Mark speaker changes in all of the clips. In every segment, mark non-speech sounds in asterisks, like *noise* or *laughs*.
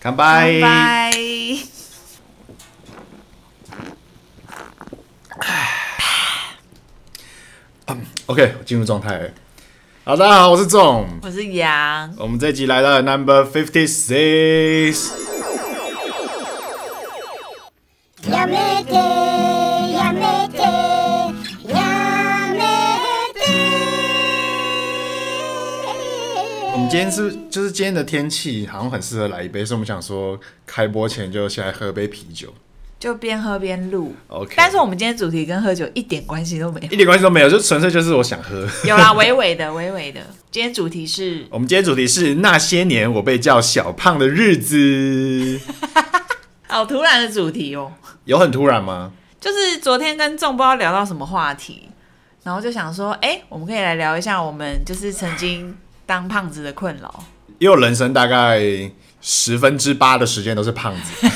Speaker 1: 干杯！
Speaker 2: 拜。
Speaker 1: OK，我进入状态了。好，大家好，我是仲。
Speaker 2: 我是杨，
Speaker 1: 我们这集来到了 Number Fifty Six。
Speaker 3: やめてやめてやめて
Speaker 1: 我们今天是就是今天的天气好像很适合来一杯，所以我们想说开播前就先来喝杯啤酒，
Speaker 2: 就边喝边录。
Speaker 1: OK
Speaker 2: 但是我们今天主题跟喝酒一点关系都没
Speaker 1: 一
Speaker 2: 有。
Speaker 1: 点关系都没有，就纯粹就是我想喝。
Speaker 2: *laughs*
Speaker 1: *laughs*
Speaker 2: 有啦，微微的，微微的。今天主题是
Speaker 1: 我们今天主题是那些年我被叫小胖的日子，
Speaker 2: 好突然的主题哦，
Speaker 1: 有很突然吗？
Speaker 2: 就是昨天跟众不知道聊到什么话题，然后就想说，哎、我们可以来聊一下我们就是曾经当胖子的困扰。
Speaker 1: 因为我人生大概十分之八的时间都是胖子，
Speaker 2: *laughs*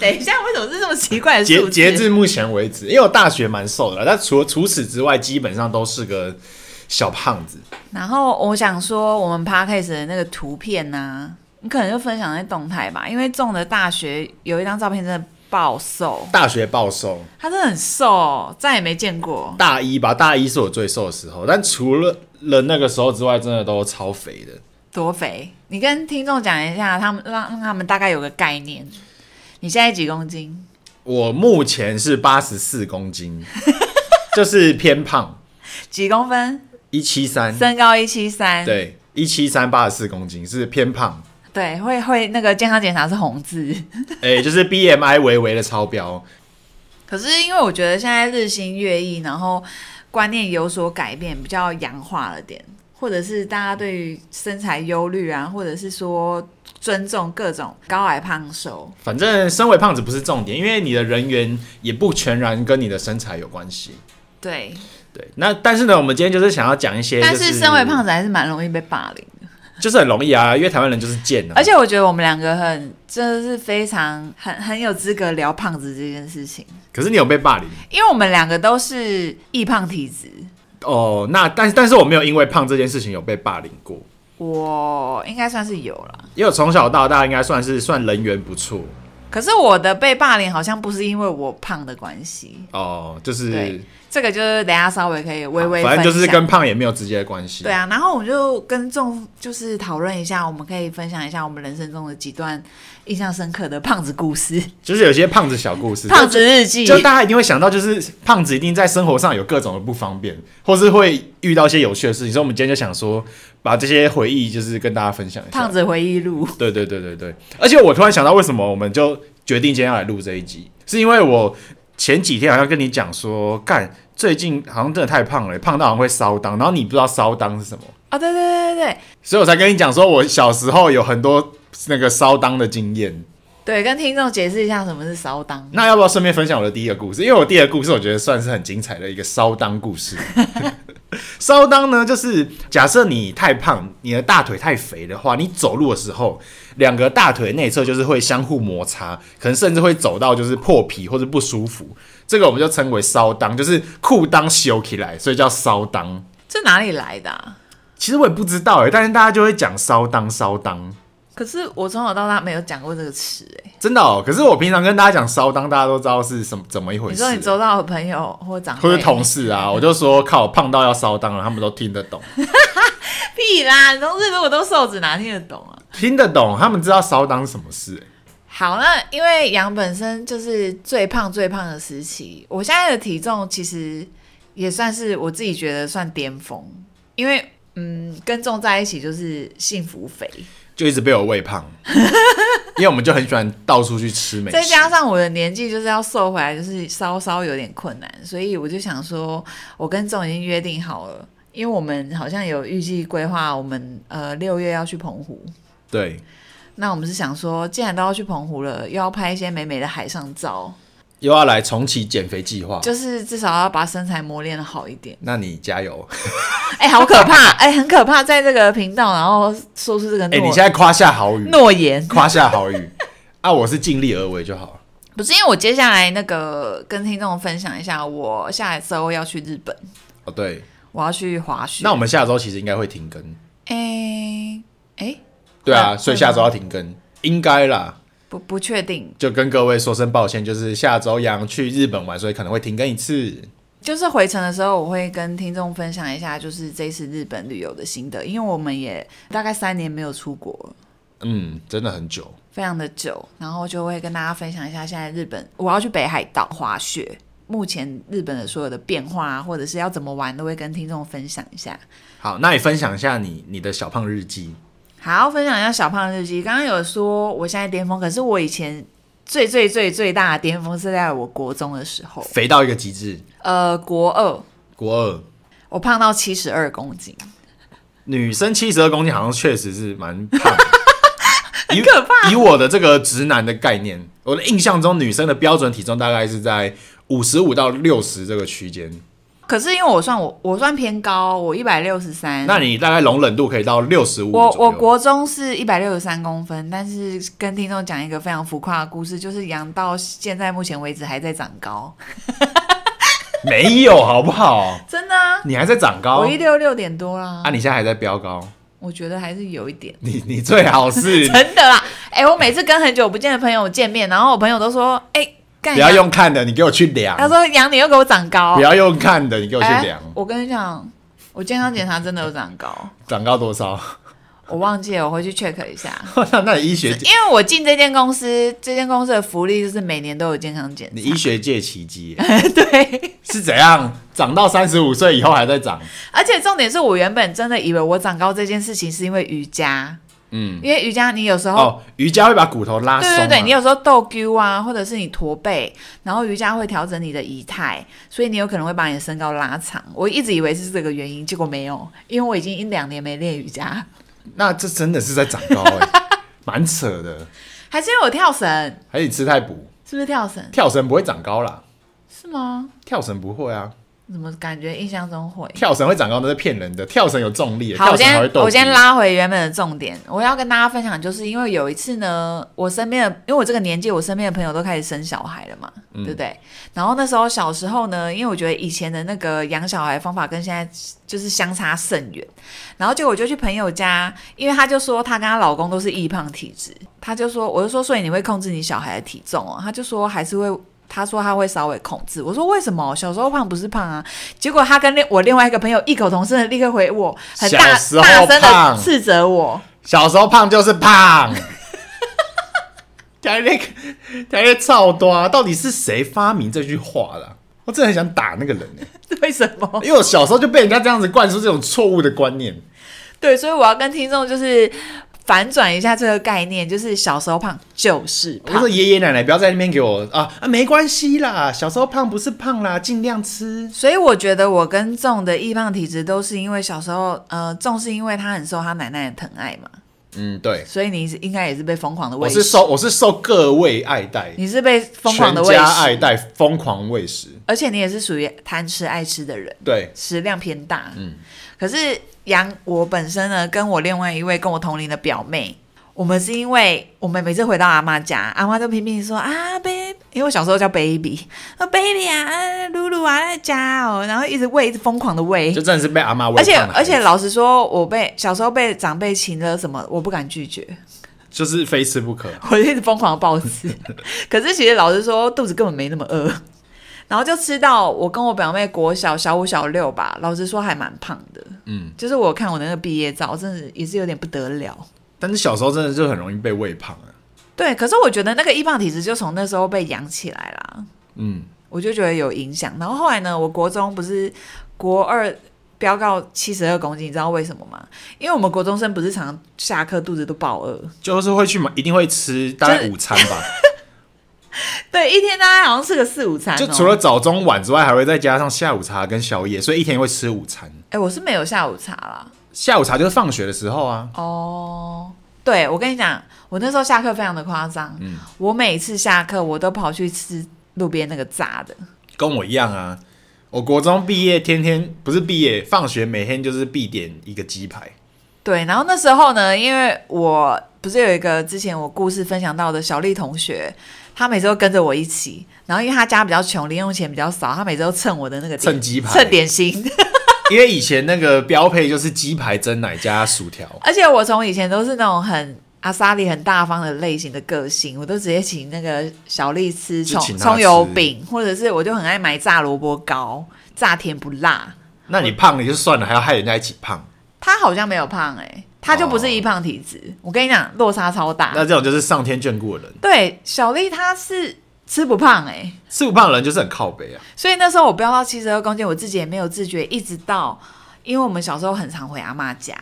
Speaker 2: 等一下，为什么是这么奇 *laughs* 怪的数
Speaker 1: 截截
Speaker 2: 字？
Speaker 1: 至目前为止，因为我大学蛮瘦的啦，但除除此之外，基本上都是个小胖子。
Speaker 2: 然后我想说，我们 podcast 的那个图片呢、啊你可能就分享在动态吧，因为中的大学有一张照片真的爆瘦，
Speaker 1: 大学暴瘦，
Speaker 2: 他真的很瘦，再也没见过。
Speaker 1: 大一吧，大一是我最瘦的时候，但除了了那个时候之外，真的都超肥的。
Speaker 2: 多肥！你跟听众讲一下，他们让让他们大概有个概念。你现在几公斤？
Speaker 1: 我目前是八十四公斤，就是偏胖，
Speaker 2: 几公分？
Speaker 1: 一七三，
Speaker 2: 身高一七三，
Speaker 1: 对，一七三八十四公斤是偏胖，
Speaker 2: 对，会会那个健康检查是红字。 *laughs*
Speaker 1: 哎、就是 BMI 微微的超标。
Speaker 2: 可是因为我觉得现在日新月异，然后观念有所改变，比较洋化了点，或者是大家对于身材忧虑啊，或者是说尊重各种高矮胖瘦。
Speaker 1: 反正身为胖子不是重点，因为你的人缘也不全然跟你的身材有关系。
Speaker 2: 对，
Speaker 1: 对，那但是呢，我们今天就是想要讲一些、
Speaker 2: 但是身为胖
Speaker 1: 子
Speaker 2: 子还是蛮容易被霸凌的，
Speaker 1: 就是很容易啊，因为台湾人就是贱啊。
Speaker 2: 而且我觉得我们两个很真的是非常很很有资格聊胖子这件事情，
Speaker 1: 可是你有被霸凌
Speaker 2: 因为我们两个都是易胖体质。
Speaker 1: 哦，那但但是我没有因为胖这件事情有被霸凌过，
Speaker 2: 我应该算是有了，
Speaker 1: 因为我从小到大应该算是算人缘不错
Speaker 2: 可是我的被霸凌好像不是因为我胖的关系，
Speaker 1: 哦，就是啊
Speaker 2: 对这个就是等一下稍微可以微微
Speaker 1: 反正就是
Speaker 2: 分享
Speaker 1: 跟胖也没有直接的关系。
Speaker 2: 对啊，然后我们就跟众就是讨论一下，我们可以分享一下我们人生中的几段印象深刻的胖子故事、
Speaker 1: 就是有些胖子小故事，
Speaker 2: 胖子日记。
Speaker 1: 就大家一定会想到，就是胖子一定在生活上有各种的不方便，或是会遇到一些有趣的事情。所以我们今天就想说，把这些回忆就是跟大家分享一下。
Speaker 2: 胖，子回忆录，
Speaker 1: 对对对对对。而且我突然想到，为什么我们就决定今天要来录这一集，是因为我前几天好像跟你讲说，干最近好像真的太胖了，胖到好像会烧裆，然后你不知道烧裆是什么，
Speaker 2: 啊、对对对对对
Speaker 1: 所以我才跟你讲说，我小时候有很多那个烧裆的经验。
Speaker 2: 对，跟听众解释一下什么是烧裆。
Speaker 1: 那要不要顺便分享我的第一个故事？因为我第一个故事我觉得算是很精彩的一个烧裆故事。 *laughs* 烧裆呢，就是假设你太胖，你的大腿太肥的话，你走路的时候，两个大腿内侧就是会相互摩擦，可能甚至会走到就是破皮或者不舒服。这个我们就称为烧裆，就是裤裆修起来，所以叫烧裆。
Speaker 2: 这哪里来的、啊？
Speaker 1: 其实我也不知道哎、但是大家就会讲烧裆烧裆，
Speaker 2: 可是我从小到大没有讲过这个词哎、
Speaker 1: 真的哦。可是我平常跟大家讲烧裆，大家都知道是什么怎么一回
Speaker 2: 你
Speaker 1: 事啊
Speaker 2: 说
Speaker 1: 了。
Speaker 2: 你周到的朋友或长
Speaker 1: *laughs*
Speaker 2: 辈
Speaker 1: 或者同事啊，我就说靠，胖到要烧裆了，他们都听得懂，
Speaker 2: 屁啦，你同事如果都瘦子哪听得懂啊？
Speaker 1: 听得懂，他们知道烧裆是什么事、欸
Speaker 2: 好，那因为杨本身就是最胖最胖的时期，我现在的体重其实也算是我自己觉得算巅峰，因为嗯，跟重在一起就是幸福肥，
Speaker 1: 就一直被我喂 *laughs* 胖，因为我们就很喜欢到处去吃美
Speaker 2: 再
Speaker 1: 食。
Speaker 2: 加上我的年纪就是要瘦回来，就是稍稍有点困难，所以我就想说，我跟重已经约定好了，因为我们好像有预计规划，我们呃六月要去澎湖，
Speaker 1: 对，
Speaker 2: 那我们是想说，既然都要去澎湖了，又要拍一些美美的海上照，
Speaker 1: 又要来重启减肥计划，
Speaker 2: 就是至少要把身材磨练的好一点。
Speaker 1: 那你加 *laughs* 油！
Speaker 2: 哎、好可怕！哎、很可怕，在这个频道，然后说出这个
Speaker 1: 哎、你
Speaker 2: 诺、
Speaker 1: 现在夸下好语，
Speaker 2: 诺言，
Speaker 1: *laughs* 夸下好语啊，我是尽力而为就好了。
Speaker 2: 不是因为我接下来那个跟听众分享一下，我下一周要去日本，
Speaker 1: 哦，对，
Speaker 2: 我要去滑雪。
Speaker 1: 那我们下周其实应该会停更，
Speaker 2: 哎哎、
Speaker 1: 对对啊，
Speaker 2: 嗯
Speaker 1: 所以下周要停更，应该啦。
Speaker 2: 不不确定，
Speaker 1: 就跟各位说声抱歉，就是下周杨去日本玩，所以可能会停更一次。
Speaker 2: 就是回程的时候，我会跟听众分享一下，就是这次日本旅游的心得，因为我们也大概三年没有出国了。
Speaker 1: 嗯，真的很久。
Speaker 2: 非常的久，然后就会跟大家分享一下现在日本，我要去北海道滑雪，目前日本的所有的变化啊，或者是要怎么玩，都会跟听众分享一下。
Speaker 1: 好，那你分享一下你你的小胖日记。
Speaker 2: 好，分享一下小胖的日记。刚刚有说我现在巅峰，可是我以前最最最最大的巅峰是在我国中的时候，
Speaker 1: 肥到一个极致。
Speaker 2: 呃，国二
Speaker 1: 国二
Speaker 2: 我胖到七十二公斤，
Speaker 1: 女生七十二公斤，好像确实是蛮
Speaker 2: *laughs*
Speaker 1: 胖的。以
Speaker 2: 可怕
Speaker 1: 以我的这个直男的概念，我的印象中女生的标准体重大概是在五十五到六十这个区间。
Speaker 2: 可是因为我算我我算偏高，我一百六十三，
Speaker 1: 那你大概容忍度可以到六十五。
Speaker 2: 我我国中是一百六十三公分，但是跟听众讲一个非常浮夸的故事，就是羊到现在目前为止还在长高， *laughs*
Speaker 1: 没有，好不好？
Speaker 2: 真的啊，
Speaker 1: 你还在长高
Speaker 2: 我一六六点多啦，
Speaker 1: 啊？你现在还在飙高？
Speaker 2: 我觉得还是有一点。
Speaker 1: 你你最好是
Speaker 2: *laughs* 真的啦，哎、我每次跟很久不见的朋友见面，然后我朋友都说，哎、干
Speaker 1: 不要
Speaker 2: 羊
Speaker 1: 用看的，你给我去量。
Speaker 2: 他说杨，你又给我长高，
Speaker 1: 不要用看的，你给我去
Speaker 2: 哎
Speaker 1: 量，
Speaker 2: 我跟你讲，我健康检查真的有长高，
Speaker 1: 长高多少？ *laughs*
Speaker 2: 我忘记了，我回去 check 一下。
Speaker 1: 那那你医学界，
Speaker 2: 因为我进这间公司，这间公司的福利就是每年都有健康检
Speaker 1: 你
Speaker 2: 查。
Speaker 1: 医学界奇迹耶
Speaker 2: *laughs* 对，
Speaker 1: 是怎样？长到三十五岁以后还在长？
Speaker 2: 而且重点是我原本真的以为我长高这件事情是因为瑜伽，
Speaker 1: 嗯，
Speaker 2: 因为瑜伽你有时候、
Speaker 1: 哦，瑜伽会把骨头拉松、
Speaker 2: 对
Speaker 1: 啊。
Speaker 2: 对对，你有时候斗丢啊，或者是你驼背，然后瑜伽会调整你的仪态，所以你有可能会把你的身高拉长。我一直以为是这个原因，结果没有，因为我已经一两年没练瑜伽，
Speaker 1: 那这真的是在长高
Speaker 2: *laughs*
Speaker 1: 哎，蛮扯的。
Speaker 2: 还是因为我跳绳，
Speaker 1: 还是你吃太补？
Speaker 2: 是不是跳绳？
Speaker 1: 跳绳不会长高啦，
Speaker 2: 是吗？
Speaker 1: 跳绳不会啊，
Speaker 2: 怎么感觉印象中会？
Speaker 1: 跳绳会长高那是骗人的，跳绳有重力耶，欸
Speaker 2: 好，
Speaker 1: 跳
Speaker 2: 我
Speaker 1: 绳
Speaker 2: 先
Speaker 1: 还会斗。
Speaker 2: 我先。拉回原本的重点，我要跟大家分享，就是因为有一次呢，我身边的，因为我这个年纪，我身边的朋友都开始生小孩了嘛，对不对？然后那时候小时候呢，因为我觉得以前的那个养小孩方法跟现在就是相差甚远，然后结果我就去朋友家，因为她就说她跟她老公都是易胖体质，她就说，我就说，所以你会控制你小孩的体重哦？她就说还是会。她说她会稍微控制，我说为什么？小时候胖不是胖啊？结果她跟另我另外一个朋友异口同声的立刻回我，很大
Speaker 1: 小时候
Speaker 2: 大声的
Speaker 1: 胖
Speaker 2: 斥责我， *laughs*
Speaker 1: 小时候胖就是胖。 *laughs* 台那个台那操多啊！到底是谁发明这句话的啊、我真的很想打那个人耶、
Speaker 2: 为什么？
Speaker 1: 因为我小时候就被人家这样子灌输这种错误的观念。
Speaker 2: 对，所以我要跟听众就是反转一下这个概念，就是小时候胖就是
Speaker 1: 我
Speaker 2: 胖
Speaker 1: 说。爷爷奶奶不要在那边给我啊啊，没关系啦，小时候胖不是胖啦，尽量吃。
Speaker 2: 所以我觉得我跟重的易胖体质都是因为小时候，呃，重是因为他很受他奶奶的疼爱嘛，
Speaker 1: 嗯，对，
Speaker 2: 所以你是应该也是被疯狂的喂
Speaker 1: 我
Speaker 2: 食，
Speaker 1: 是受我是受各位爱戴，
Speaker 2: 你是被疯狂的喂
Speaker 1: 全家爱
Speaker 2: 食，
Speaker 1: 戴，疯狂喂食。
Speaker 2: 而且你也是属于贪吃爱吃的人，
Speaker 1: 对，
Speaker 2: 食量偏大。
Speaker 1: 嗯，
Speaker 2: 可是杨我本身呢，跟我另外一位跟我同龄的表妹，我们是因为我们每次回到阿妈家，阿妈都拼命说啊 baby，因为我小时候叫 baby，说 baby 啊啊，露露啊在家哦，然后一直喂，一直疯狂的喂
Speaker 1: 就。真的是被阿妈喂
Speaker 2: 而且
Speaker 1: 胖的
Speaker 2: 而且，
Speaker 1: 孩子
Speaker 2: 老实说，我被小时候被长辈请了什么，我不敢拒绝，
Speaker 1: 就是非吃不可。
Speaker 2: 我就一直疯狂地暴
Speaker 1: *laughs*
Speaker 2: 吃。可是其实老实说，肚子根本没那么饿，然后就吃到我跟我表妹国小小五小六吧，老实说还蛮胖的。
Speaker 1: 嗯，
Speaker 2: 就是我看我那个毕业照，真的也是有点不得了。
Speaker 1: 但是小时候真的就很容易被喂胖啊。
Speaker 2: 对，可是我觉得那个易胖体质就从那时候被养起来啦，
Speaker 1: 嗯，
Speaker 2: 我就觉得有影响。然后后来呢，我国中不是国二飙到七十二公斤，你知道为什么吗？因为我们国中生不是常常下课肚子都爆饿，
Speaker 1: 就是会去买，一定会吃大概午餐 *laughs* 吧，
Speaker 2: 对，一天大概好像吃个四五餐、哦。
Speaker 1: 就除了早中晚之外，还会再加上下午茶跟宵夜，所以一天会吃午餐。
Speaker 2: 哎、我是没有下午茶啦。
Speaker 1: 下午茶就是放学的时候啊，
Speaker 2: 哦，对，我跟你讲，我那时候下课非常的夸张，
Speaker 1: 嗯
Speaker 2: 我每次下课我都跑去吃路边那个炸的。
Speaker 1: 跟我一样啊。我国中毕业，天天不是毕业，放学每天就是必点一个鸡排。
Speaker 2: 对，然后那时候呢，因为我不是有一个之前我故事分享到的小丽同学，她每次都跟着我一起，然后因为她家比较穷，零用钱比较少，她每次都蹭我的那个点
Speaker 1: 蹭鸡排
Speaker 2: 蹭点心。
Speaker 1: 因为以前那个标配就是鸡排、蒸奶加薯条，
Speaker 2: 而且我从以前都是那种很阿萨里很大方的类型的个性，我都直接请那个小丽吃
Speaker 1: 就
Speaker 2: 葱
Speaker 1: 请她
Speaker 2: 葱油
Speaker 1: 吃
Speaker 2: 饼，或者是我就很爱买炸萝卜糕，炸甜不辣。
Speaker 1: 那你胖了就算了，还要害人家一起胖，
Speaker 2: 她好像没有胖哎、她就不是易胖体质。我跟你讲，落差超大。
Speaker 1: 那这种就是上天眷顾的人。
Speaker 2: 对，小丽她是吃不胖哎、
Speaker 1: 吃不胖的人就是很靠北啊。
Speaker 2: 所以那时候我飙到七十二公斤，我自己也没有自觉，一直到因为我们小时候很常回阿嬷家，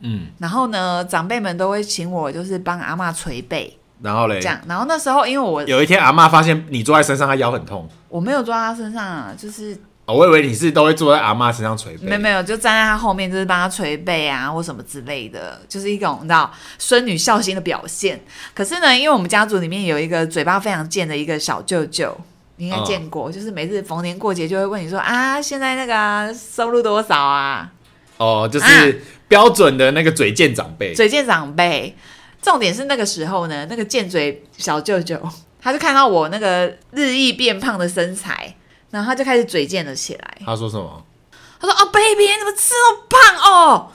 Speaker 1: 嗯，
Speaker 2: 然后呢，长辈们都会请我就是帮阿嬷捶背
Speaker 1: 然后嘞
Speaker 2: 这，样。然后那时候因为我
Speaker 1: 哎有一天阿妈发现你坐在身上，她腰很痛。
Speaker 2: 我没有坐在她身上啊，就是
Speaker 1: 哦，我以为你是都会坐在阿妈身上捶背，
Speaker 2: 没没有就站在她后面，就是帮她捶背啊或什么之类的，就是一种你知道孙女孝心的表现。可是呢，因为我们家族里面有一个嘴巴非常贱的一个小舅舅。你应该
Speaker 1: 嗯
Speaker 2: 见过，就是每次逢年过节就会问你说啊，现在那个啊、收入多少啊？
Speaker 1: 哦，就是标准的那个嘴贱长辈。
Speaker 2: 嘴贱长辈。重点是那个时候呢，那个贱嘴小舅舅，他就看到我那个日益变胖的身材，然后他就开始嘴贱了起来。
Speaker 1: 他说什么？
Speaker 2: 他说：“哦，baby，你怎么吃那么胖哦？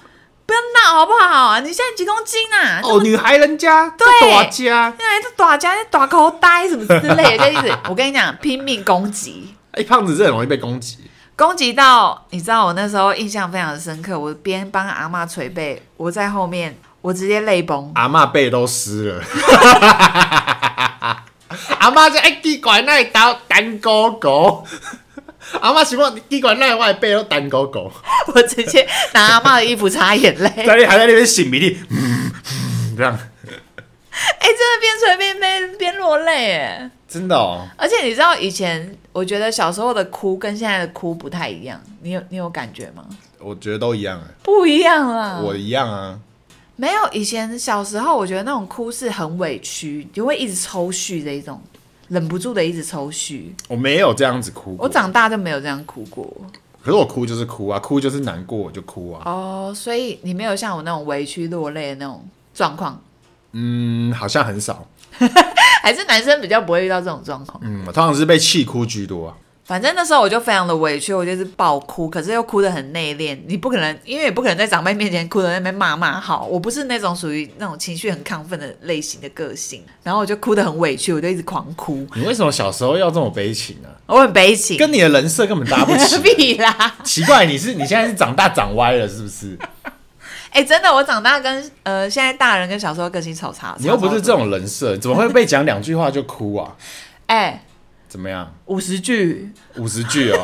Speaker 2: 不要闹好不好？你现在几公斤啊？
Speaker 1: 哦，女孩人家，对大家
Speaker 2: 现在这大家在大口呆什么之类的，就一直 *laughs* 我跟你讲，拼命攻击，
Speaker 1: 哎，胖子真的很容易被攻击。
Speaker 2: 攻击到你知道我那时候印象非常深刻。我边帮阿妈捶背，我在后面我直接泪崩。 *laughs*
Speaker 1: 阿妈背都湿了。 *laughs* 阿妈说：“哎、奇怪，那刀单狗狗。”阿妈想问奇怪，那我的背都单狗狗。
Speaker 2: 我直接拿阿妈的衣服擦眼
Speaker 1: *laughs*
Speaker 2: 泪。
Speaker 1: 在那还在那边擤鼻涕，嗯嗯这样
Speaker 2: 哎、真的边捶边边边落泪哎！
Speaker 1: 真的哦。
Speaker 2: 而且你知道以前，我觉得小时候的哭跟现在的哭不太一样，你有你有感觉吗？
Speaker 1: 我觉得都一样啊，
Speaker 2: 不一样啦，
Speaker 1: 我一样啊。
Speaker 2: 没有以前小时候，我觉得那种哭是很委屈，就会一直抽搐的一种，忍不住的一直抽搐。
Speaker 1: 我没有这样子哭过，
Speaker 2: 我长大就没有这样哭过
Speaker 1: 可是我哭就是哭啊，哭就是难过我就哭啊。
Speaker 2: 哦所以你没有像我那种委屈落泪的那种状况，
Speaker 1: 嗯，好像很少。
Speaker 2: 还是男生比较不会遇到这种状况。
Speaker 1: 嗯，我通常是被气哭居多啊。
Speaker 2: 反正那时候我就非常的委屈，我就是爆哭，可是又哭得很内敛。你不可能，因为也不可能在长辈面前哭的那边骂骂好。我不是那种属于那种情绪很亢奋的类型的个性，然后我就哭得很委屈，我就一直狂哭，
Speaker 1: 你为什么小时候要这么悲情啊？
Speaker 2: 我很悲情。
Speaker 1: 跟你的人设根本搭不 *laughs* 起。
Speaker 2: *laughs* 屁啦！
Speaker 1: 奇怪，你是你现在是长大长歪了是不
Speaker 2: *laughs*
Speaker 1: 是？
Speaker 2: 哎、真的，我长大跟呃现在大人跟小时候个性超差。
Speaker 1: 你又不是
Speaker 2: 超
Speaker 1: 这种人设，怎么会被讲两句话就哭啊？
Speaker 2: 哎
Speaker 1: 怎么样？
Speaker 2: 五十句，
Speaker 1: 五十句
Speaker 2: *laughs*
Speaker 1: 哦，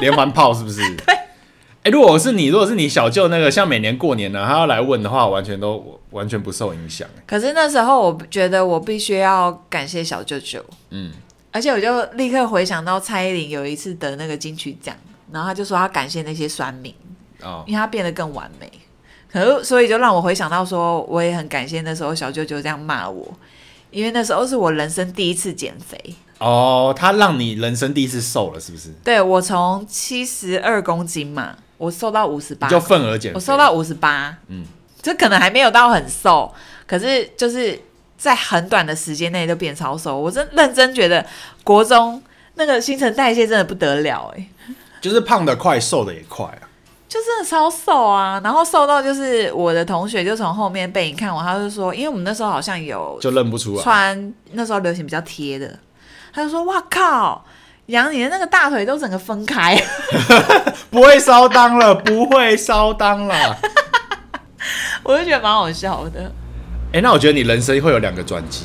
Speaker 1: 连环炮是不是？哎、如果是你，如果是你小舅那个，像每年过年呢、他要来问的话，我完全都我完全不受影响。
Speaker 2: 可是那时候我觉得我必须要感谢小舅舅，
Speaker 1: 嗯，
Speaker 2: 而且我就立刻回想到蔡依林有一次得那个金曲奖，然后她就说她感谢那些酸民，
Speaker 1: 哦，
Speaker 2: 因为她变得更完美。可是所以就让我回想到说，我也很感谢那时候小舅舅这样骂我，因为那时候是我人生第一次减肥，
Speaker 1: 哦，他让你人生第一次瘦了，是不是？
Speaker 2: 对我从七十二公斤嘛，我瘦到五十八
Speaker 1: 你，就份额减肥。
Speaker 2: 我瘦到五十八，
Speaker 1: 嗯
Speaker 2: 嗯，这可能还没有到很瘦，可是就是在很短的时间内就变超瘦。我真认真觉得国中那个新陈代谢真的不得了、欸，
Speaker 1: 就是胖的快，瘦的也快啊。
Speaker 2: 就真的超瘦啊！然后瘦到就是我的同学就从后面背影看我，他就说，因为我们那时候好像有
Speaker 1: 就认不出来。
Speaker 2: 穿那时候流行比较贴的，他就说：“哇靠，杨你的那个大腿都整个分开。”
Speaker 1: *laughs* 不会烧裆了，不会烧裆了。
Speaker 2: *laughs* 我就觉得蛮好笑的。
Speaker 1: 哎、那我觉得你人生会有两个转机。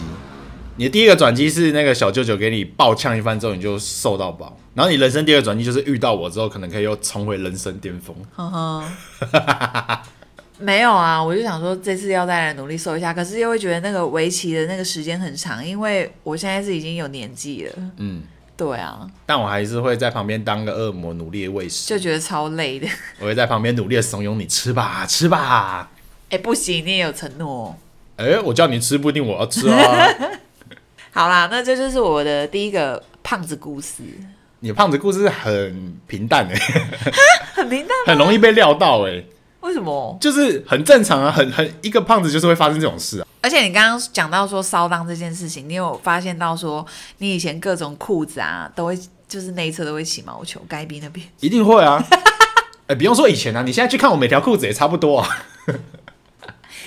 Speaker 1: 你的第一个转机是那个小舅舅给你爆呛一番之后，你就瘦到爆。然后你人生第二个转机就是遇到我之后，可能可以又重回人生巅峰。
Speaker 2: 哼哼，嗯 *laughs* 没有啊，我就想说这次要再来努力瘦一下，可是又会觉得那个围棋的那个时间很长，因为我现在是已经有年纪了，
Speaker 1: 嗯，
Speaker 2: 对啊，
Speaker 1: 但我还是会在旁边当个恶魔，努力的喂食。
Speaker 2: 就觉得超累的。
Speaker 1: 我会在旁边努力的怂恿你吃吧，吃吧。
Speaker 2: *laughs* 哎、不行，你也有承诺哦。
Speaker 1: 哎、我叫你吃，不一定我要吃啊。
Speaker 2: 好啦，那这就是我的第一个胖子故事，
Speaker 1: 你胖子故事很平淡哎、
Speaker 2: *laughs* 很平淡吗？
Speaker 1: *laughs* 很容易被料到哎、
Speaker 2: 为什么？
Speaker 1: 就是很正常啊，很很一个胖子就是会发生这种事啊。
Speaker 2: 而且你刚刚讲到说烧裆这件事情，你有发现到说你以前各种裤子啊都会就是内侧都会起毛球，该逼那边。
Speaker 1: 一定会啊。哎、不用说以前啊，你现在去看我每条裤子也差不多啊。
Speaker 2: *laughs*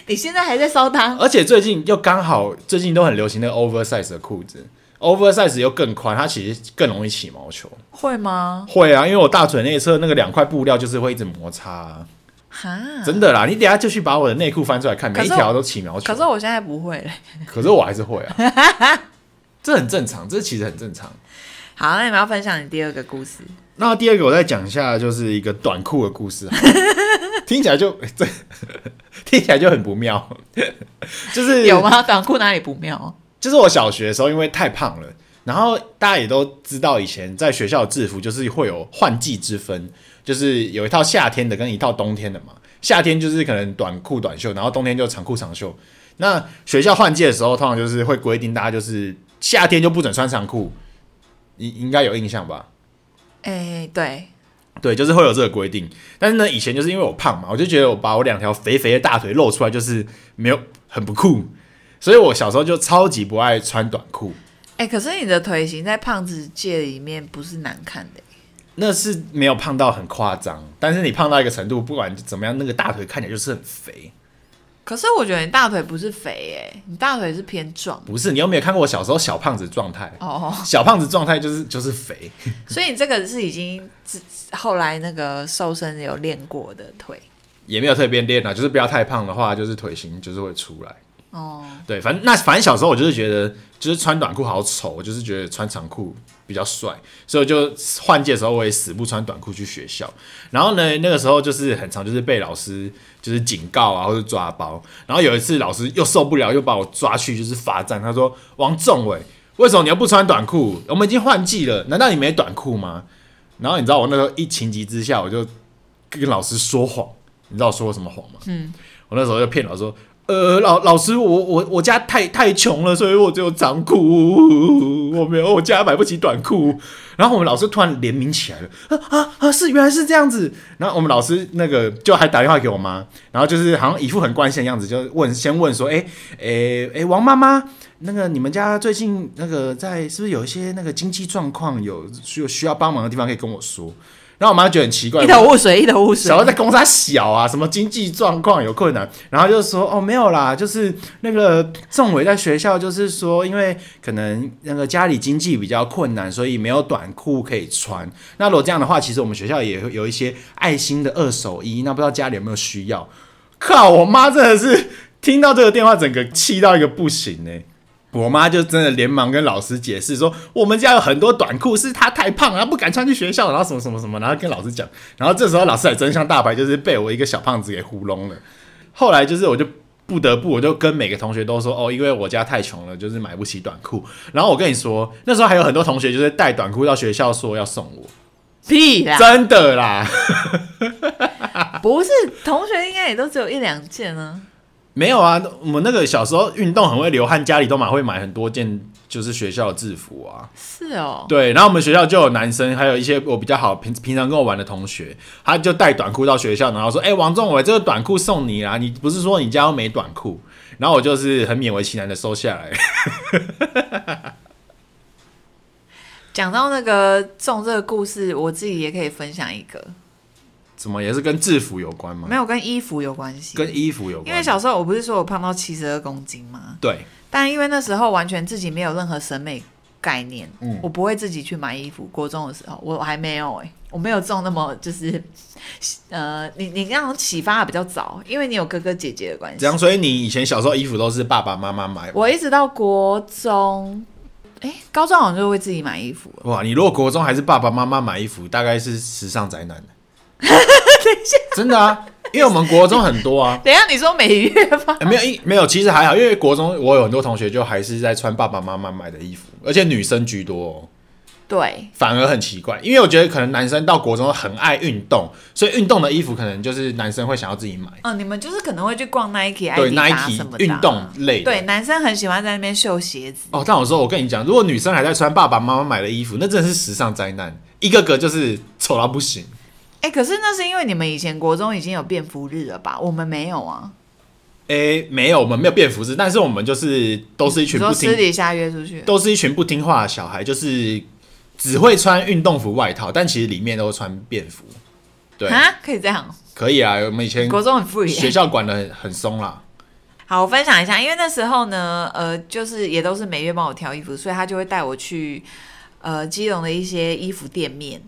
Speaker 2: 你现在还在烧裆？
Speaker 1: 而且最近又刚好，最近都很流行那个 oversize 的裤子，oversize 又更宽，它其实更容易起毛球。
Speaker 2: 会吗？
Speaker 1: 会啊，因为我大腿内侧那个两块布料就是会一直摩擦啊、
Speaker 2: 哈，
Speaker 1: 真的啦。你等一下就去把我的内裤翻出来看，
Speaker 2: 可
Speaker 1: 每一
Speaker 2: 是我
Speaker 1: 条都起毛球。
Speaker 2: 可是我现在不会嘞。 *laughs*
Speaker 1: 可是我还是会啊，这很正常，这其实很正常。
Speaker 2: 好，那你们要分享你第二个故事，
Speaker 1: 那第二个我再讲一下，就是一个短裤的故事好
Speaker 2: *laughs*
Speaker 1: 了，听起来就这 *laughs* 听起来就很不妙， *laughs* 就是
Speaker 2: *laughs* 有吗？短裤哪里不妙？
Speaker 1: 就是我小学的时候，因为太胖了，然后大家也都知道，以前在学校的制服就是会有换季之分，就是有一套夏天的跟一套冬天的嘛。夏天就是可能短裤短袖，然后冬天就长裤长袖。那学校换季的时候，通常就是会规定大家就是夏天就不准穿长裤，应应该有印象吧？
Speaker 2: 哎、对，
Speaker 1: 对，就是会有这个规定。但是呢，以前就是因为我胖嘛，我就觉得我把我两条肥肥的大腿露出来，就是没有很不酷，所以我小时候就超级不爱穿短裤。
Speaker 2: 哎、可是你的腿型在胖子界里面不是难看的、欸
Speaker 1: 那是没有胖到很夸张，但是你胖到一个程度，不管怎么样，那个大腿看起来就是很肥。
Speaker 2: 可是我觉得你大腿不是肥哎、你大腿是偏壮
Speaker 1: 不是，你有没有看过我小时候小胖子状态？
Speaker 2: 哦，
Speaker 1: 小胖子状态就是就是肥，
Speaker 2: 所以你这个是已经自后来那个瘦身有练过的腿
Speaker 1: 也没有特别练啊，就是不要太胖的话，就是腿型就是会出来。
Speaker 2: 哦。
Speaker 1: 对，反正那反正小时候我就是觉得，就是穿短裤好丑，我就是觉得穿长裤比较帅，所以我就换届的时候我也死不穿短裤去学校。然后呢，那个时候就是很常就是被老师就是警告啊，或者抓包。然后有一次老师又受不了，又把我抓去就是罚站，他说：“王仲伟，为什么你又不穿短裤？我们已经换季了，难道你没短裤吗？”然后你知道我那时候一情急之下，我就跟老师说谎，你知道我说了什么谎吗？嗯，我那时候就骗老师说，呃，老老师，我我我家太太穷了，所以我只有长裤，我没有，我家买不起短裤。然后我们老师突然联名起来了，啊啊啊，是原来是这样子。然后我们老师那个就还打电话给我妈，然后就是好像一副很关心的样子，就问先问说，哎哎哎，王妈妈。那个你们家最近那个在是不是有一些那个经济状况有需需要帮忙的地方可以跟我说？然后我妈觉得很奇怪，
Speaker 2: 一头雾水，一头雾水
Speaker 1: 小。孩在公司他小啊，什么经济状况有困难，然后就说哦没有啦，就是那个仲伟在学校就是说，因为可能那个家里经济比较困难，所以没有短裤可以穿。那如果这样的话，其实我们学校也会有一些爱心的二手衣，那不知道家里有没有需要？靠，我妈真的是听到这个电话，整个气到一个不行欸呢、我妈就真的连忙跟老师解释说，我们家有很多短裤，是她太胖了，她不敢穿去学校，然后什么什么什么，然后跟老师讲，然后这时候老师才真相大白，就是被我一个小胖子给糊弄了。后来就是我就不得不，我就跟每个同学都说，哦，因为我家太穷了，就是买不起短裤。然后我跟你说，那时候还有很多同学就是带短裤到学校说要送我，
Speaker 2: 屁啦，
Speaker 1: 真的啦。
Speaker 2: 不是同学应该也都只有一两件啊。
Speaker 1: 没有啊，我们那个小时候运动很会流汗，家里都蛮会买很多件就是学校的制服啊。
Speaker 2: 是哦，
Speaker 1: 对，然后我们学校就有男生，还有一些我比较好平平常跟我玩的同学，他就带短裤到学校，然后说：“哎、王仲伟，这个短裤送你啦，你不是说你家又没短裤？”然后我就是很勉为其难的收下来。 *laughs*
Speaker 2: 讲到那个中这个故事，我自己也可以分享一个，
Speaker 1: 怎么也是跟制服有关吗
Speaker 2: 没？有跟衣服有关系。
Speaker 1: 跟衣服有关。
Speaker 2: 因为小时候我不是说我胖到七十二公斤吗？
Speaker 1: 对，
Speaker 2: 但因为那时候完全自己没有任何审美概念，
Speaker 1: 嗯
Speaker 2: 我不会自己去买衣服。国中的时候我还没有哎、我没有中那么就是，呃，你你那种启发比较早，因为你有哥哥姐姐的关系
Speaker 1: 这。样，所以你以前小时候衣服都是爸爸妈妈买。
Speaker 2: 我一直到国中，哎、高中好像就会自己买衣服了。
Speaker 1: 哇，你如果国中还是爸爸妈妈买衣服，大概是时尚宅
Speaker 2: *laughs*
Speaker 1: 男。真的啊，因为我们国中很多啊。
Speaker 2: 等一下你说每月吗？
Speaker 1: *laughs* 欸没有，一没有，其实还好，因为国中我有很多同学就还是在穿爸爸妈妈买的衣服，而且女生居多、哦，
Speaker 2: 对，
Speaker 1: 反而很奇怪，因为我觉得可能男生到国中很爱运动，所以运动的衣服可能就是男生会想要自己买，
Speaker 2: 哦，你们就是可能会去逛 Nike、
Speaker 1: 对
Speaker 2: Adidas 什么
Speaker 1: Nike
Speaker 2: 的啊
Speaker 1: 运动类的。
Speaker 2: 对，男生很喜欢在那边秀鞋子。
Speaker 1: 哦，但我说我跟你讲，如果女生还在穿爸爸妈妈买的衣服，那真的是时尚灾难，一个个就是丑到不行。
Speaker 2: 哎、可是那是因为你们以前国中已经有便服日了吧？我们没有啊，
Speaker 1: 诶、没有，我们没有便服制，但是我们就是都是一
Speaker 2: 你
Speaker 1: 群
Speaker 2: 说
Speaker 1: 不听
Speaker 2: 私底下约出去，
Speaker 1: 都是一群不听话的小孩，就是只会穿运动服外套，但其实里面都穿便服。对，
Speaker 2: 啊，可以这样，
Speaker 1: 可以啊，我们以前
Speaker 2: 国中很 free，、
Speaker 1: 学
Speaker 2: 欸、
Speaker 1: 校管的很松啦。
Speaker 2: 好，我分享一下，因为那时候呢，呃，就是也都是每月帮我挑衣服，所以他就会带我去呃基隆的一些衣服店面，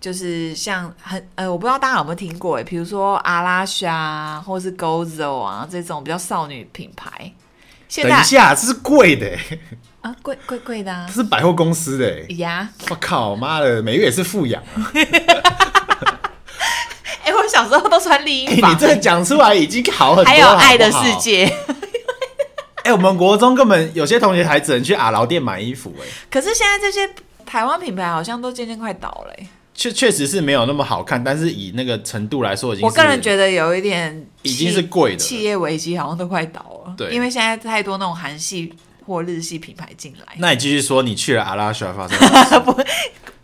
Speaker 2: 就是像很呃，我不知道大家有没有听过诶，欸比如说阿拉莎啊或是 Gozo 啊这种比较少女品牌。现
Speaker 1: 等
Speaker 2: 在
Speaker 1: 一下，这是贵的、欸，
Speaker 2: 啊，贵贵贵的啊
Speaker 1: 这，是百货公司的、欸。
Speaker 2: 呀，
Speaker 1: 我靠，妈的，每月也是富养、
Speaker 2: 哎、我小时候都穿丽
Speaker 1: 哎
Speaker 2: 婴房
Speaker 1: 你，这讲出来已经好很多了，
Speaker 2: 还有
Speaker 1: 好不好
Speaker 2: 爱的世。界。
Speaker 1: 哎、我们国中根本有些同学还只能去阿劳店买衣服、哎，
Speaker 2: *laughs* 可是现在这些台湾品牌好像都渐渐快倒了、欸，
Speaker 1: 确确实是没有那么好看，但是以那个程度来说，已经
Speaker 2: 我
Speaker 1: 是
Speaker 2: 个人觉得有一点
Speaker 1: 已
Speaker 2: 企
Speaker 1: 经是贵的了
Speaker 2: 企业危机，好像都快倒了。
Speaker 1: 对
Speaker 2: 因为现在太多那种韩系或日系品牌进来，
Speaker 1: 那你继续说，你去了阿拉莎发生了
Speaker 2: 不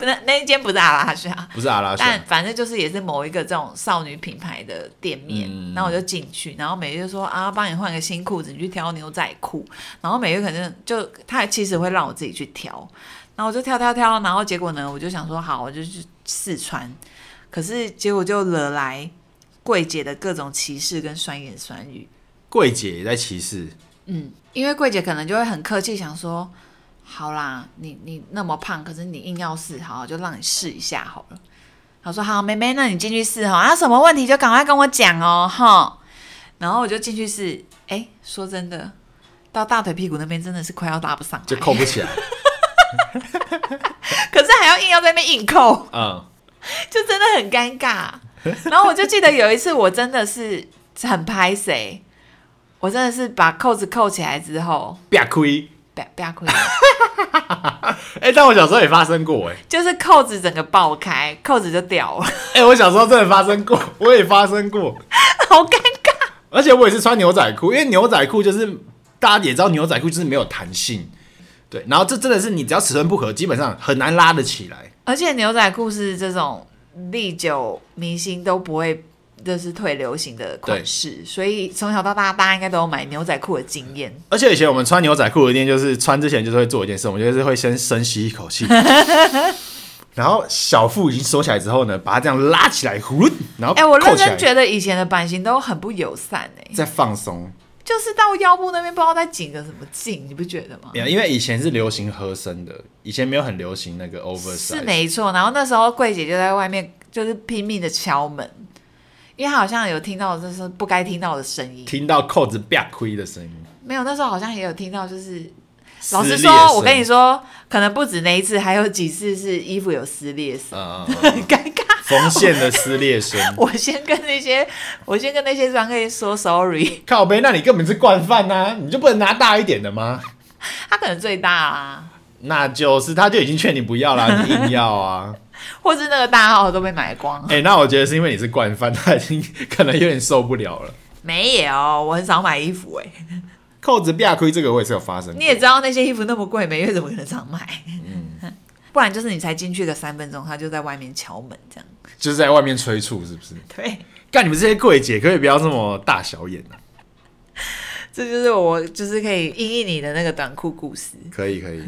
Speaker 2: 那那一间不是阿拉莎，
Speaker 1: 不是啊阿拉
Speaker 2: *laughs* 但
Speaker 1: 莎，
Speaker 2: 反正就是也是某一个这种少女品牌的店面，
Speaker 1: 嗯
Speaker 2: 然后我就进去，然后美月就说啊，帮你换个新裤子，你去挑牛仔裤。然后美月可能就她其实会让我自己去挑，然后我就挑挑挑，然后结果呢，我就想说好，我就去试穿，可是结果就惹来柜姐的各种歧视跟酸言酸语。
Speaker 1: 柜姐也在歧视，
Speaker 2: 嗯，因为柜姐可能就会很客气，想说，好啦，你你那么胖，可是你硬要试，好，就让你试一下好了。她说好，妹妹，那你进去试哈，啊，什么问题就赶快跟我讲哦，哈。然后我就进去试，哎，说真的，到大腿屁股那边真的是快要拉不上来，
Speaker 1: 就扣不起来。
Speaker 2: 可是还要硬要在那边硬扣，
Speaker 1: 嗯，
Speaker 2: 就真的很尴尬。然后我就记得有一次，我真的是很拍谁，我真的是把扣子扣起来之后，
Speaker 1: 别亏。
Speaker 2: 不要不要哭。
Speaker 1: 哎、但我小时候也发生过、哎，
Speaker 2: 就是扣子整个爆开，扣子就掉了， *laughs*
Speaker 1: 哎，我小时候真的发生过， *laughs* 我也发生过，
Speaker 2: 好尴尬。
Speaker 1: 而且我也是穿牛仔裤，因为牛仔裤就是大家也知道，牛仔裤就是没有弹性，对，然后这真的是你只要尺寸不合，基本上很难拉得起来。
Speaker 2: 而且牛仔裤是这种历久弥新都不会。就是退流行的款式，所以从小到大，大家应该都有买牛仔裤的经验。
Speaker 1: 而且以前我们穿牛仔裤一定就是穿之前就是会做一件事，我们就是会先深吸一
Speaker 2: *laughs*
Speaker 1: 口气，然后小腹已经收起来之后呢，把它这样拉起来，呼噜，然后
Speaker 2: 哎、我
Speaker 1: 扣
Speaker 2: 认
Speaker 1: 起来，
Speaker 2: 真觉得以前的版型都很不友善哎、
Speaker 1: 再放松。
Speaker 2: 就是到腰部那边不知道在紧个什么劲，你不觉得吗
Speaker 1: 没？有因为以前是流行合身的，以前没有很流行那个 oversize，
Speaker 2: 是没错。然后那时候柜姐就在外面就是拼命的敲门，因为她好像有听到就是不该听到的声音。
Speaker 1: 听到扣子啪亏的声音。
Speaker 2: 没有，那时候好像也有听到就是老实
Speaker 1: 撕裂
Speaker 2: 说，
Speaker 1: 声
Speaker 2: 我跟你，说，可能不止那一次，还有几次是衣服有撕裂声，
Speaker 1: 嗯嗯嗯，
Speaker 2: 很 *laughs* 尴尬。
Speaker 1: 缝线的撕裂声。
Speaker 2: 我先跟那些，我先跟那些专柜说 sorry， *laughs*
Speaker 1: 靠背，那你根本是惯犯呐、你就不能拿大一点的吗？
Speaker 2: 他可能最大啊啦，
Speaker 1: 那就是他就已经劝你不要啦，你硬要啊。
Speaker 2: *laughs* 或是那个大号都被买光。
Speaker 1: 哎、那我觉得是因为你是惯犯，他已经可能有点受不了了。
Speaker 2: 没有，我很少买衣服哎、
Speaker 1: 扣子变亏这个我也是有发生过，
Speaker 2: 你也知道那些衣服那么贵，每月怎么可能常买？
Speaker 1: 嗯
Speaker 2: *laughs* 不然就是你才进去个三分钟，他就在外面敲门这样。
Speaker 1: 就是在外面催促，是不是？
Speaker 2: 对，
Speaker 1: 干你们这些柜姐，可不可以不要这么大小眼啊？
Speaker 2: 这就是我就是可以应应你的那个短裤故事。
Speaker 1: 可以可以，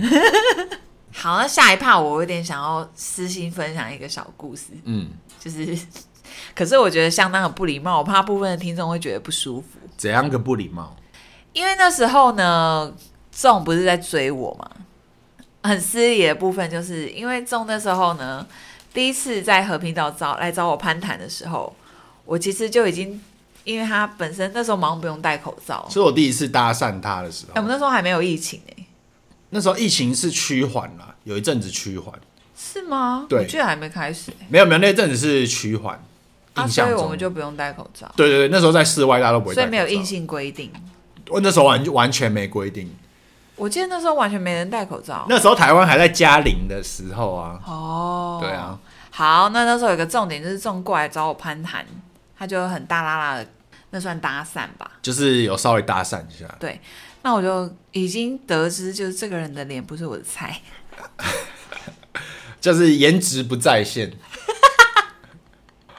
Speaker 2: 好，那下一趴我有点想要私心分享一个小故事，
Speaker 1: 嗯，
Speaker 2: 就是，可是我觉得相当的不礼貌，我怕部分的听众会觉得不舒服，
Speaker 1: 怎样个不礼貌？
Speaker 2: 因为那时候呢，仲不是在追我嘛，很失礼的部分就是因为仲那时候呢，第一次在和平岛找来找我攀谈的时候，我其实就已经，因为他本身那时候忙不用戴口罩，
Speaker 1: 是我第一次搭讪他的时
Speaker 2: 哎我
Speaker 1: 候，
Speaker 2: 们那时候还没有疫情哎、
Speaker 1: 那时候疫情是趋缓啦，有一阵子趋缓，
Speaker 2: 是吗？
Speaker 1: 对
Speaker 2: 我居然还没开始、欸，
Speaker 1: 没有没有，那阵子是趋缓，
Speaker 2: 啊，
Speaker 1: 印
Speaker 2: 所
Speaker 1: 象
Speaker 2: 以
Speaker 1: 中、
Speaker 2: 我们就不用戴口罩。
Speaker 1: 对对对，那时候在室外大家都不会戴
Speaker 2: 所
Speaker 1: 口
Speaker 2: 以
Speaker 1: 罩，
Speaker 2: 没有硬性规定。
Speaker 1: 我那时候完完全没规定，
Speaker 2: 我记得那时候完全没人戴口罩。
Speaker 1: 那时候台湾还在嘉陵的时候啊，
Speaker 2: 哦，
Speaker 1: 对啊。
Speaker 2: 好，那那时候有个重点就是仲过来找我攀谈，他就很大拉拉的，那算搭讪吧。
Speaker 1: 就是有稍微搭讪一下，
Speaker 2: 对，那我就已经得知，就是这个人的脸不是我的菜。
Speaker 1: 就是颜值不在
Speaker 2: *laughs*
Speaker 1: 线。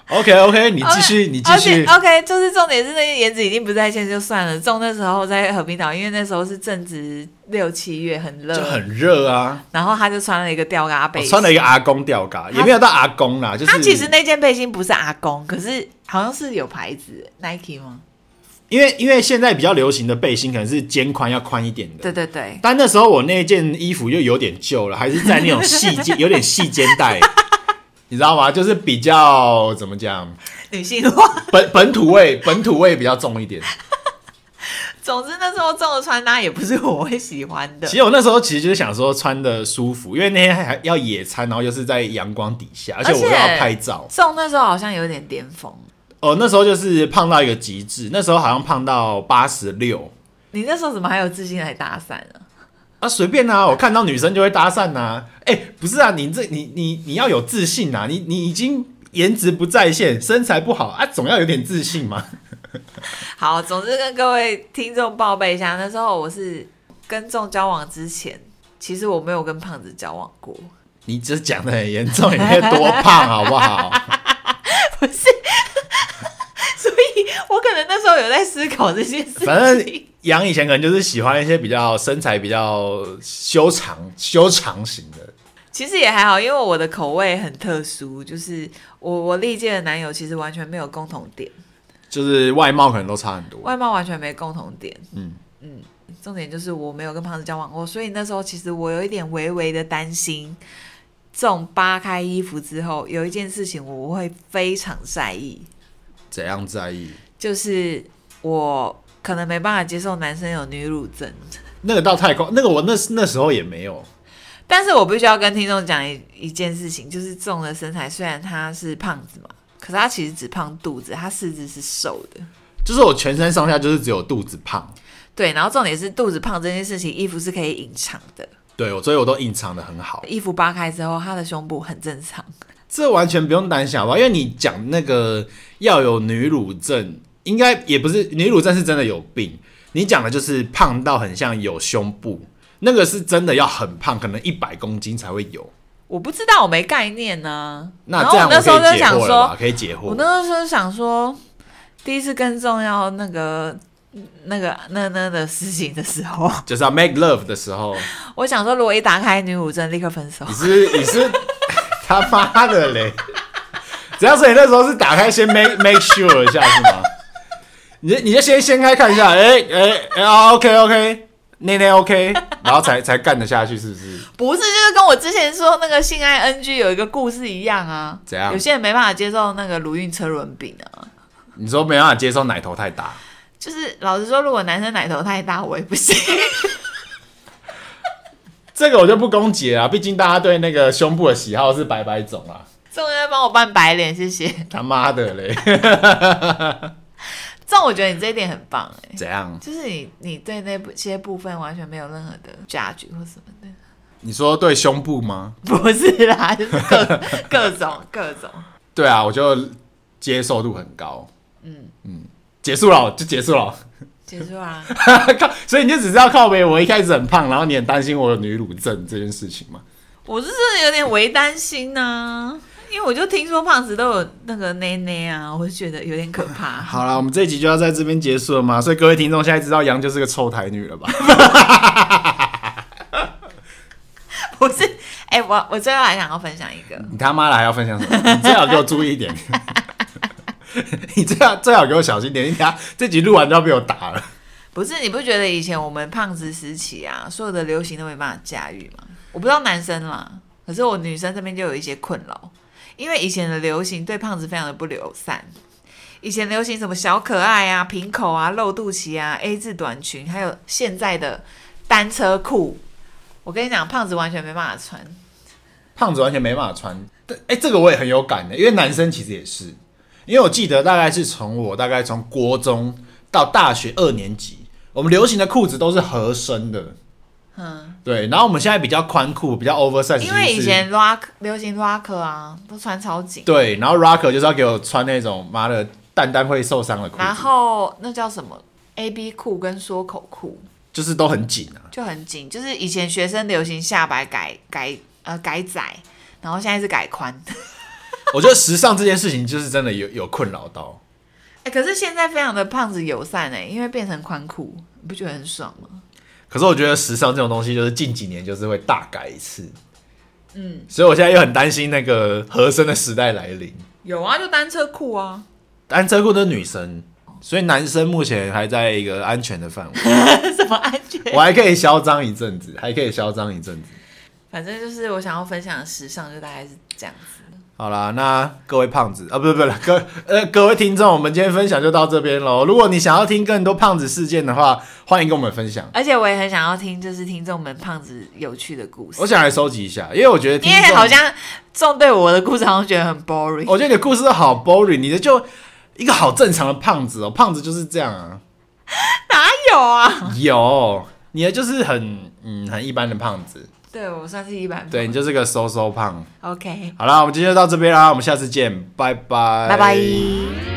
Speaker 1: OK OK，你
Speaker 2: 哦
Speaker 1: 继续，你继续
Speaker 2: OK，, o k 就是重点是那些颜值已经不在线就算了。仲那时候在和平岛，因为那时候是正值六七月，很热，
Speaker 1: 就很热啊！
Speaker 2: 然后他就穿了一个吊嘎背
Speaker 1: 我
Speaker 2: 心，
Speaker 1: 穿了一个阿公吊嘎，也没有到阿公啦，就是
Speaker 2: 他其实那件背心不是阿公，可是好像是有牌子，Nike 吗？
Speaker 1: 因为因为现在比较流行的背心可能是肩宽要宽一点的，
Speaker 2: 对对对，
Speaker 1: 但那时候我那件衣服又有点旧了，还是在那种细肩，有点细肩带，你知道吗？就是比较 *laughs* 怎么讲，
Speaker 2: 女性化。
Speaker 1: 本本土味，本土味比较重一点。
Speaker 2: 总之那时候这种穿搭也不是我会喜欢的
Speaker 1: 其。实我那时候其实就是想说穿的舒服，因为那天还要野餐，然后又是在阳光底下，而且我又要拍照。
Speaker 2: 宋那时候好像有点巅峰，
Speaker 1: 哦，那时候就是胖到一个极致，那时候好像胖到八十六
Speaker 2: 你那时候怎么还有自信来搭讪呢、
Speaker 1: 啊，随便啊，我看到女生就会搭讪呐、哎、不是啊，你这你你你要有自信呐、你你已经颜值不在线，身材不好啊，总要有点自信嘛。
Speaker 2: 好，总之跟各位听众报备一下，那时候我是跟众交往之前，其实我没有跟胖子交往过， *laughs*
Speaker 1: 你这讲的很严重，你可以多胖好不好？
Speaker 2: 不是，所以我可能那时候有在思考这件事
Speaker 1: 反正
Speaker 2: 情。
Speaker 1: 杨以前可能就是喜欢一些比较身材比较修长、修长型的。
Speaker 2: *laughs* 其实也还好，因为我的口味很特殊，就是我我历届的男友其实完全没有共同点，
Speaker 1: 就是外貌可能都差很多，
Speaker 2: 外貌完全没共同点。
Speaker 1: 嗯
Speaker 2: 嗯，重点就是我没有跟胖子交往过，所以那时候其实我有一点微微的担心。这种扒开衣服之后，有一件事情我会非常在意，
Speaker 1: 怎样在意？
Speaker 2: 就是我可能没办法接受男生有女乳症，
Speaker 1: 那个到太空，那个我那那时候也没有，
Speaker 2: 但是我必须要跟听众讲一一件事情，就是这种的身材虽然他是胖子嘛，可是他其实只胖肚子，他四肢是瘦的。
Speaker 1: 就是我全身上下就是只有肚子胖，
Speaker 2: 对，然后重点是肚子胖这件事情，衣服是可以隐藏的，
Speaker 1: 对我，所以我都隐藏的很好，
Speaker 2: 衣服扒开之后，他的胸部很正常。
Speaker 1: 这完全不用担心好不好？因为你讲那个要有女乳症，应该也不是女乳症是真的有病，你讲的就是胖到很像有胸部，那个是真的要很胖，可能一百公斤才会有。
Speaker 2: 我不知道，我没概念呢、
Speaker 1: 那
Speaker 2: 然
Speaker 1: 这
Speaker 2: 后我
Speaker 1: 样
Speaker 2: 那时候
Speaker 1: 可以
Speaker 2: 就
Speaker 1: 解
Speaker 2: 想
Speaker 1: 惑了吧
Speaker 2: 说？，
Speaker 1: 可以解惑。
Speaker 2: 我那时候想说，第一次跟重要那个那个那那的事情的时候，
Speaker 1: 就是要 make love 的时候，
Speaker 2: 我想说，如果一打开女乳症，立刻分手
Speaker 1: 你。是你是他妈的嘞！只要是你那时候是打开先 make make sure 一下是吗？你就你就先掀开看一下，哎哎哎啊，OK OK，内内 OK，然后才才干得下去，是不是？
Speaker 2: 不是，就是跟我之前说那个性爱 NG 有一个故事一样啊。
Speaker 1: 怎样
Speaker 2: 有些人没办法接受那个乳晕车轮饼啊。
Speaker 1: 你说没办法接受奶头太大，
Speaker 2: 就是老实说，如果男生奶头太大，我也不行。 *laughs*
Speaker 1: 这个我就不攻击了啊，毕竟大家对那个胸部的喜好是百百种啊，
Speaker 2: 这种在帮我扮白脸，谢谢。
Speaker 1: 他妈的嘞！ *laughs*
Speaker 2: 这样我觉得你这一点很棒哎、
Speaker 1: 怎样？
Speaker 2: 就是你你对那部些部分完全没有任何的 judge 或什么的，
Speaker 1: 你说对胸部吗？
Speaker 2: 不是啦，就是各各种各种。
Speaker 1: 对啊，我就接受度很高。嗯嗯，结束了就结束了。
Speaker 2: 结束啊！
Speaker 1: *laughs* 靠，所以你就只知道靠北。我一开始很胖，然后你很担心我有女乳症这件事情嘛？
Speaker 2: 我是真的有点微担心呢、因为我就听说胖子都有那个奶奶啊，我就觉得有点可怕。
Speaker 1: 好了，我们这一集就要在这边结束了嘛。所以各位听众现在知道杨就是个臭台女了吧？
Speaker 2: 不是，哎、我我最后还想要分享一个，
Speaker 1: *laughs* 你他妈的还要分享什么？你最好给我注意一点。 *laughs* 你最好最好给我小心点，你等下这集录完就要被我打了。
Speaker 2: 不是你不觉得以前我们胖子时期啊，所有的流行都没办法驾驭吗？我不知道男生啦，可是我女生这边就有一些困扰，因为以前的流行对胖子非常的不友善。以前流行什么小可爱啊、平口啊、露肚脐啊、A 字短裙，还有现在的单车裤，我跟你讲，胖子完全没办法穿。
Speaker 1: 胖子完全没办法穿。但哎、这个我也很有感的，因为男生其实也是，因为我记得大概是从我大概从国中到大学二年级，我们流行的裤子都是合身的。
Speaker 2: 嗯，
Speaker 1: 对，然后我们现在比较宽裤，比较 oversize，
Speaker 2: 因为
Speaker 1: 其实
Speaker 2: 以
Speaker 1: 是
Speaker 2: 前 rock 流行 rock 啊，都穿超紧。
Speaker 1: 对，然后 rocker 就是要给我穿那种妈的蛋蛋会受伤的裤
Speaker 2: 然
Speaker 1: 子，
Speaker 2: 后那叫什么 A B 裤跟缩口裤
Speaker 1: 就是都很紧啊。
Speaker 2: 就很紧，就是以前学生流行下摆改改呃改窄，然后现在是改宽。 *laughs*
Speaker 1: 我觉得时尚这件事情就是真的有有困扰到，
Speaker 2: 哎、可是现在非常的胖子友善哎、因为变成宽裤，你不觉得很爽吗？
Speaker 1: 可是我觉得时尚这种东西就是近几年就是会大改一次，嗯，所以我现在又很担心那个合身的时代来临。
Speaker 2: 有啊，就单车裤啊，
Speaker 1: 单车裤都是女生，所以男生目前还在一个安全的
Speaker 2: *laughs*
Speaker 1: 范围，
Speaker 2: *laughs* 什么安全？
Speaker 1: 我还可以嚣张一阵子，还可以嚣张一阵子。
Speaker 2: 反正就是我想要分享的时尚，就大概是这样子。
Speaker 1: 好啦，那各位胖子啊，不是不是各呃各位听众，我们今天分享就到这边喽。如果你想要听更多胖子事件的话，欢迎跟我们分享。
Speaker 2: 而且我也很想要听，就是听众们胖子有趣的故事
Speaker 1: 我，想来收集一下，因为我觉得听
Speaker 2: 因为
Speaker 1: 众
Speaker 2: 好像众对我的故事好像觉得很
Speaker 1: *laughs*
Speaker 2: boring。*laughs*
Speaker 1: 我觉得你的故事都好 boring，你的就一个好正常的胖子哦，胖子就是这样啊。
Speaker 2: 哪有啊？
Speaker 1: 有，你的就是很嗯很一般的胖子，
Speaker 2: 对我算是一般。
Speaker 1: 对你就是个收收胖。
Speaker 2: ，OK，
Speaker 1: 好啦，我们今天就到这边啦，我们下次见，拜拜，
Speaker 2: 拜拜。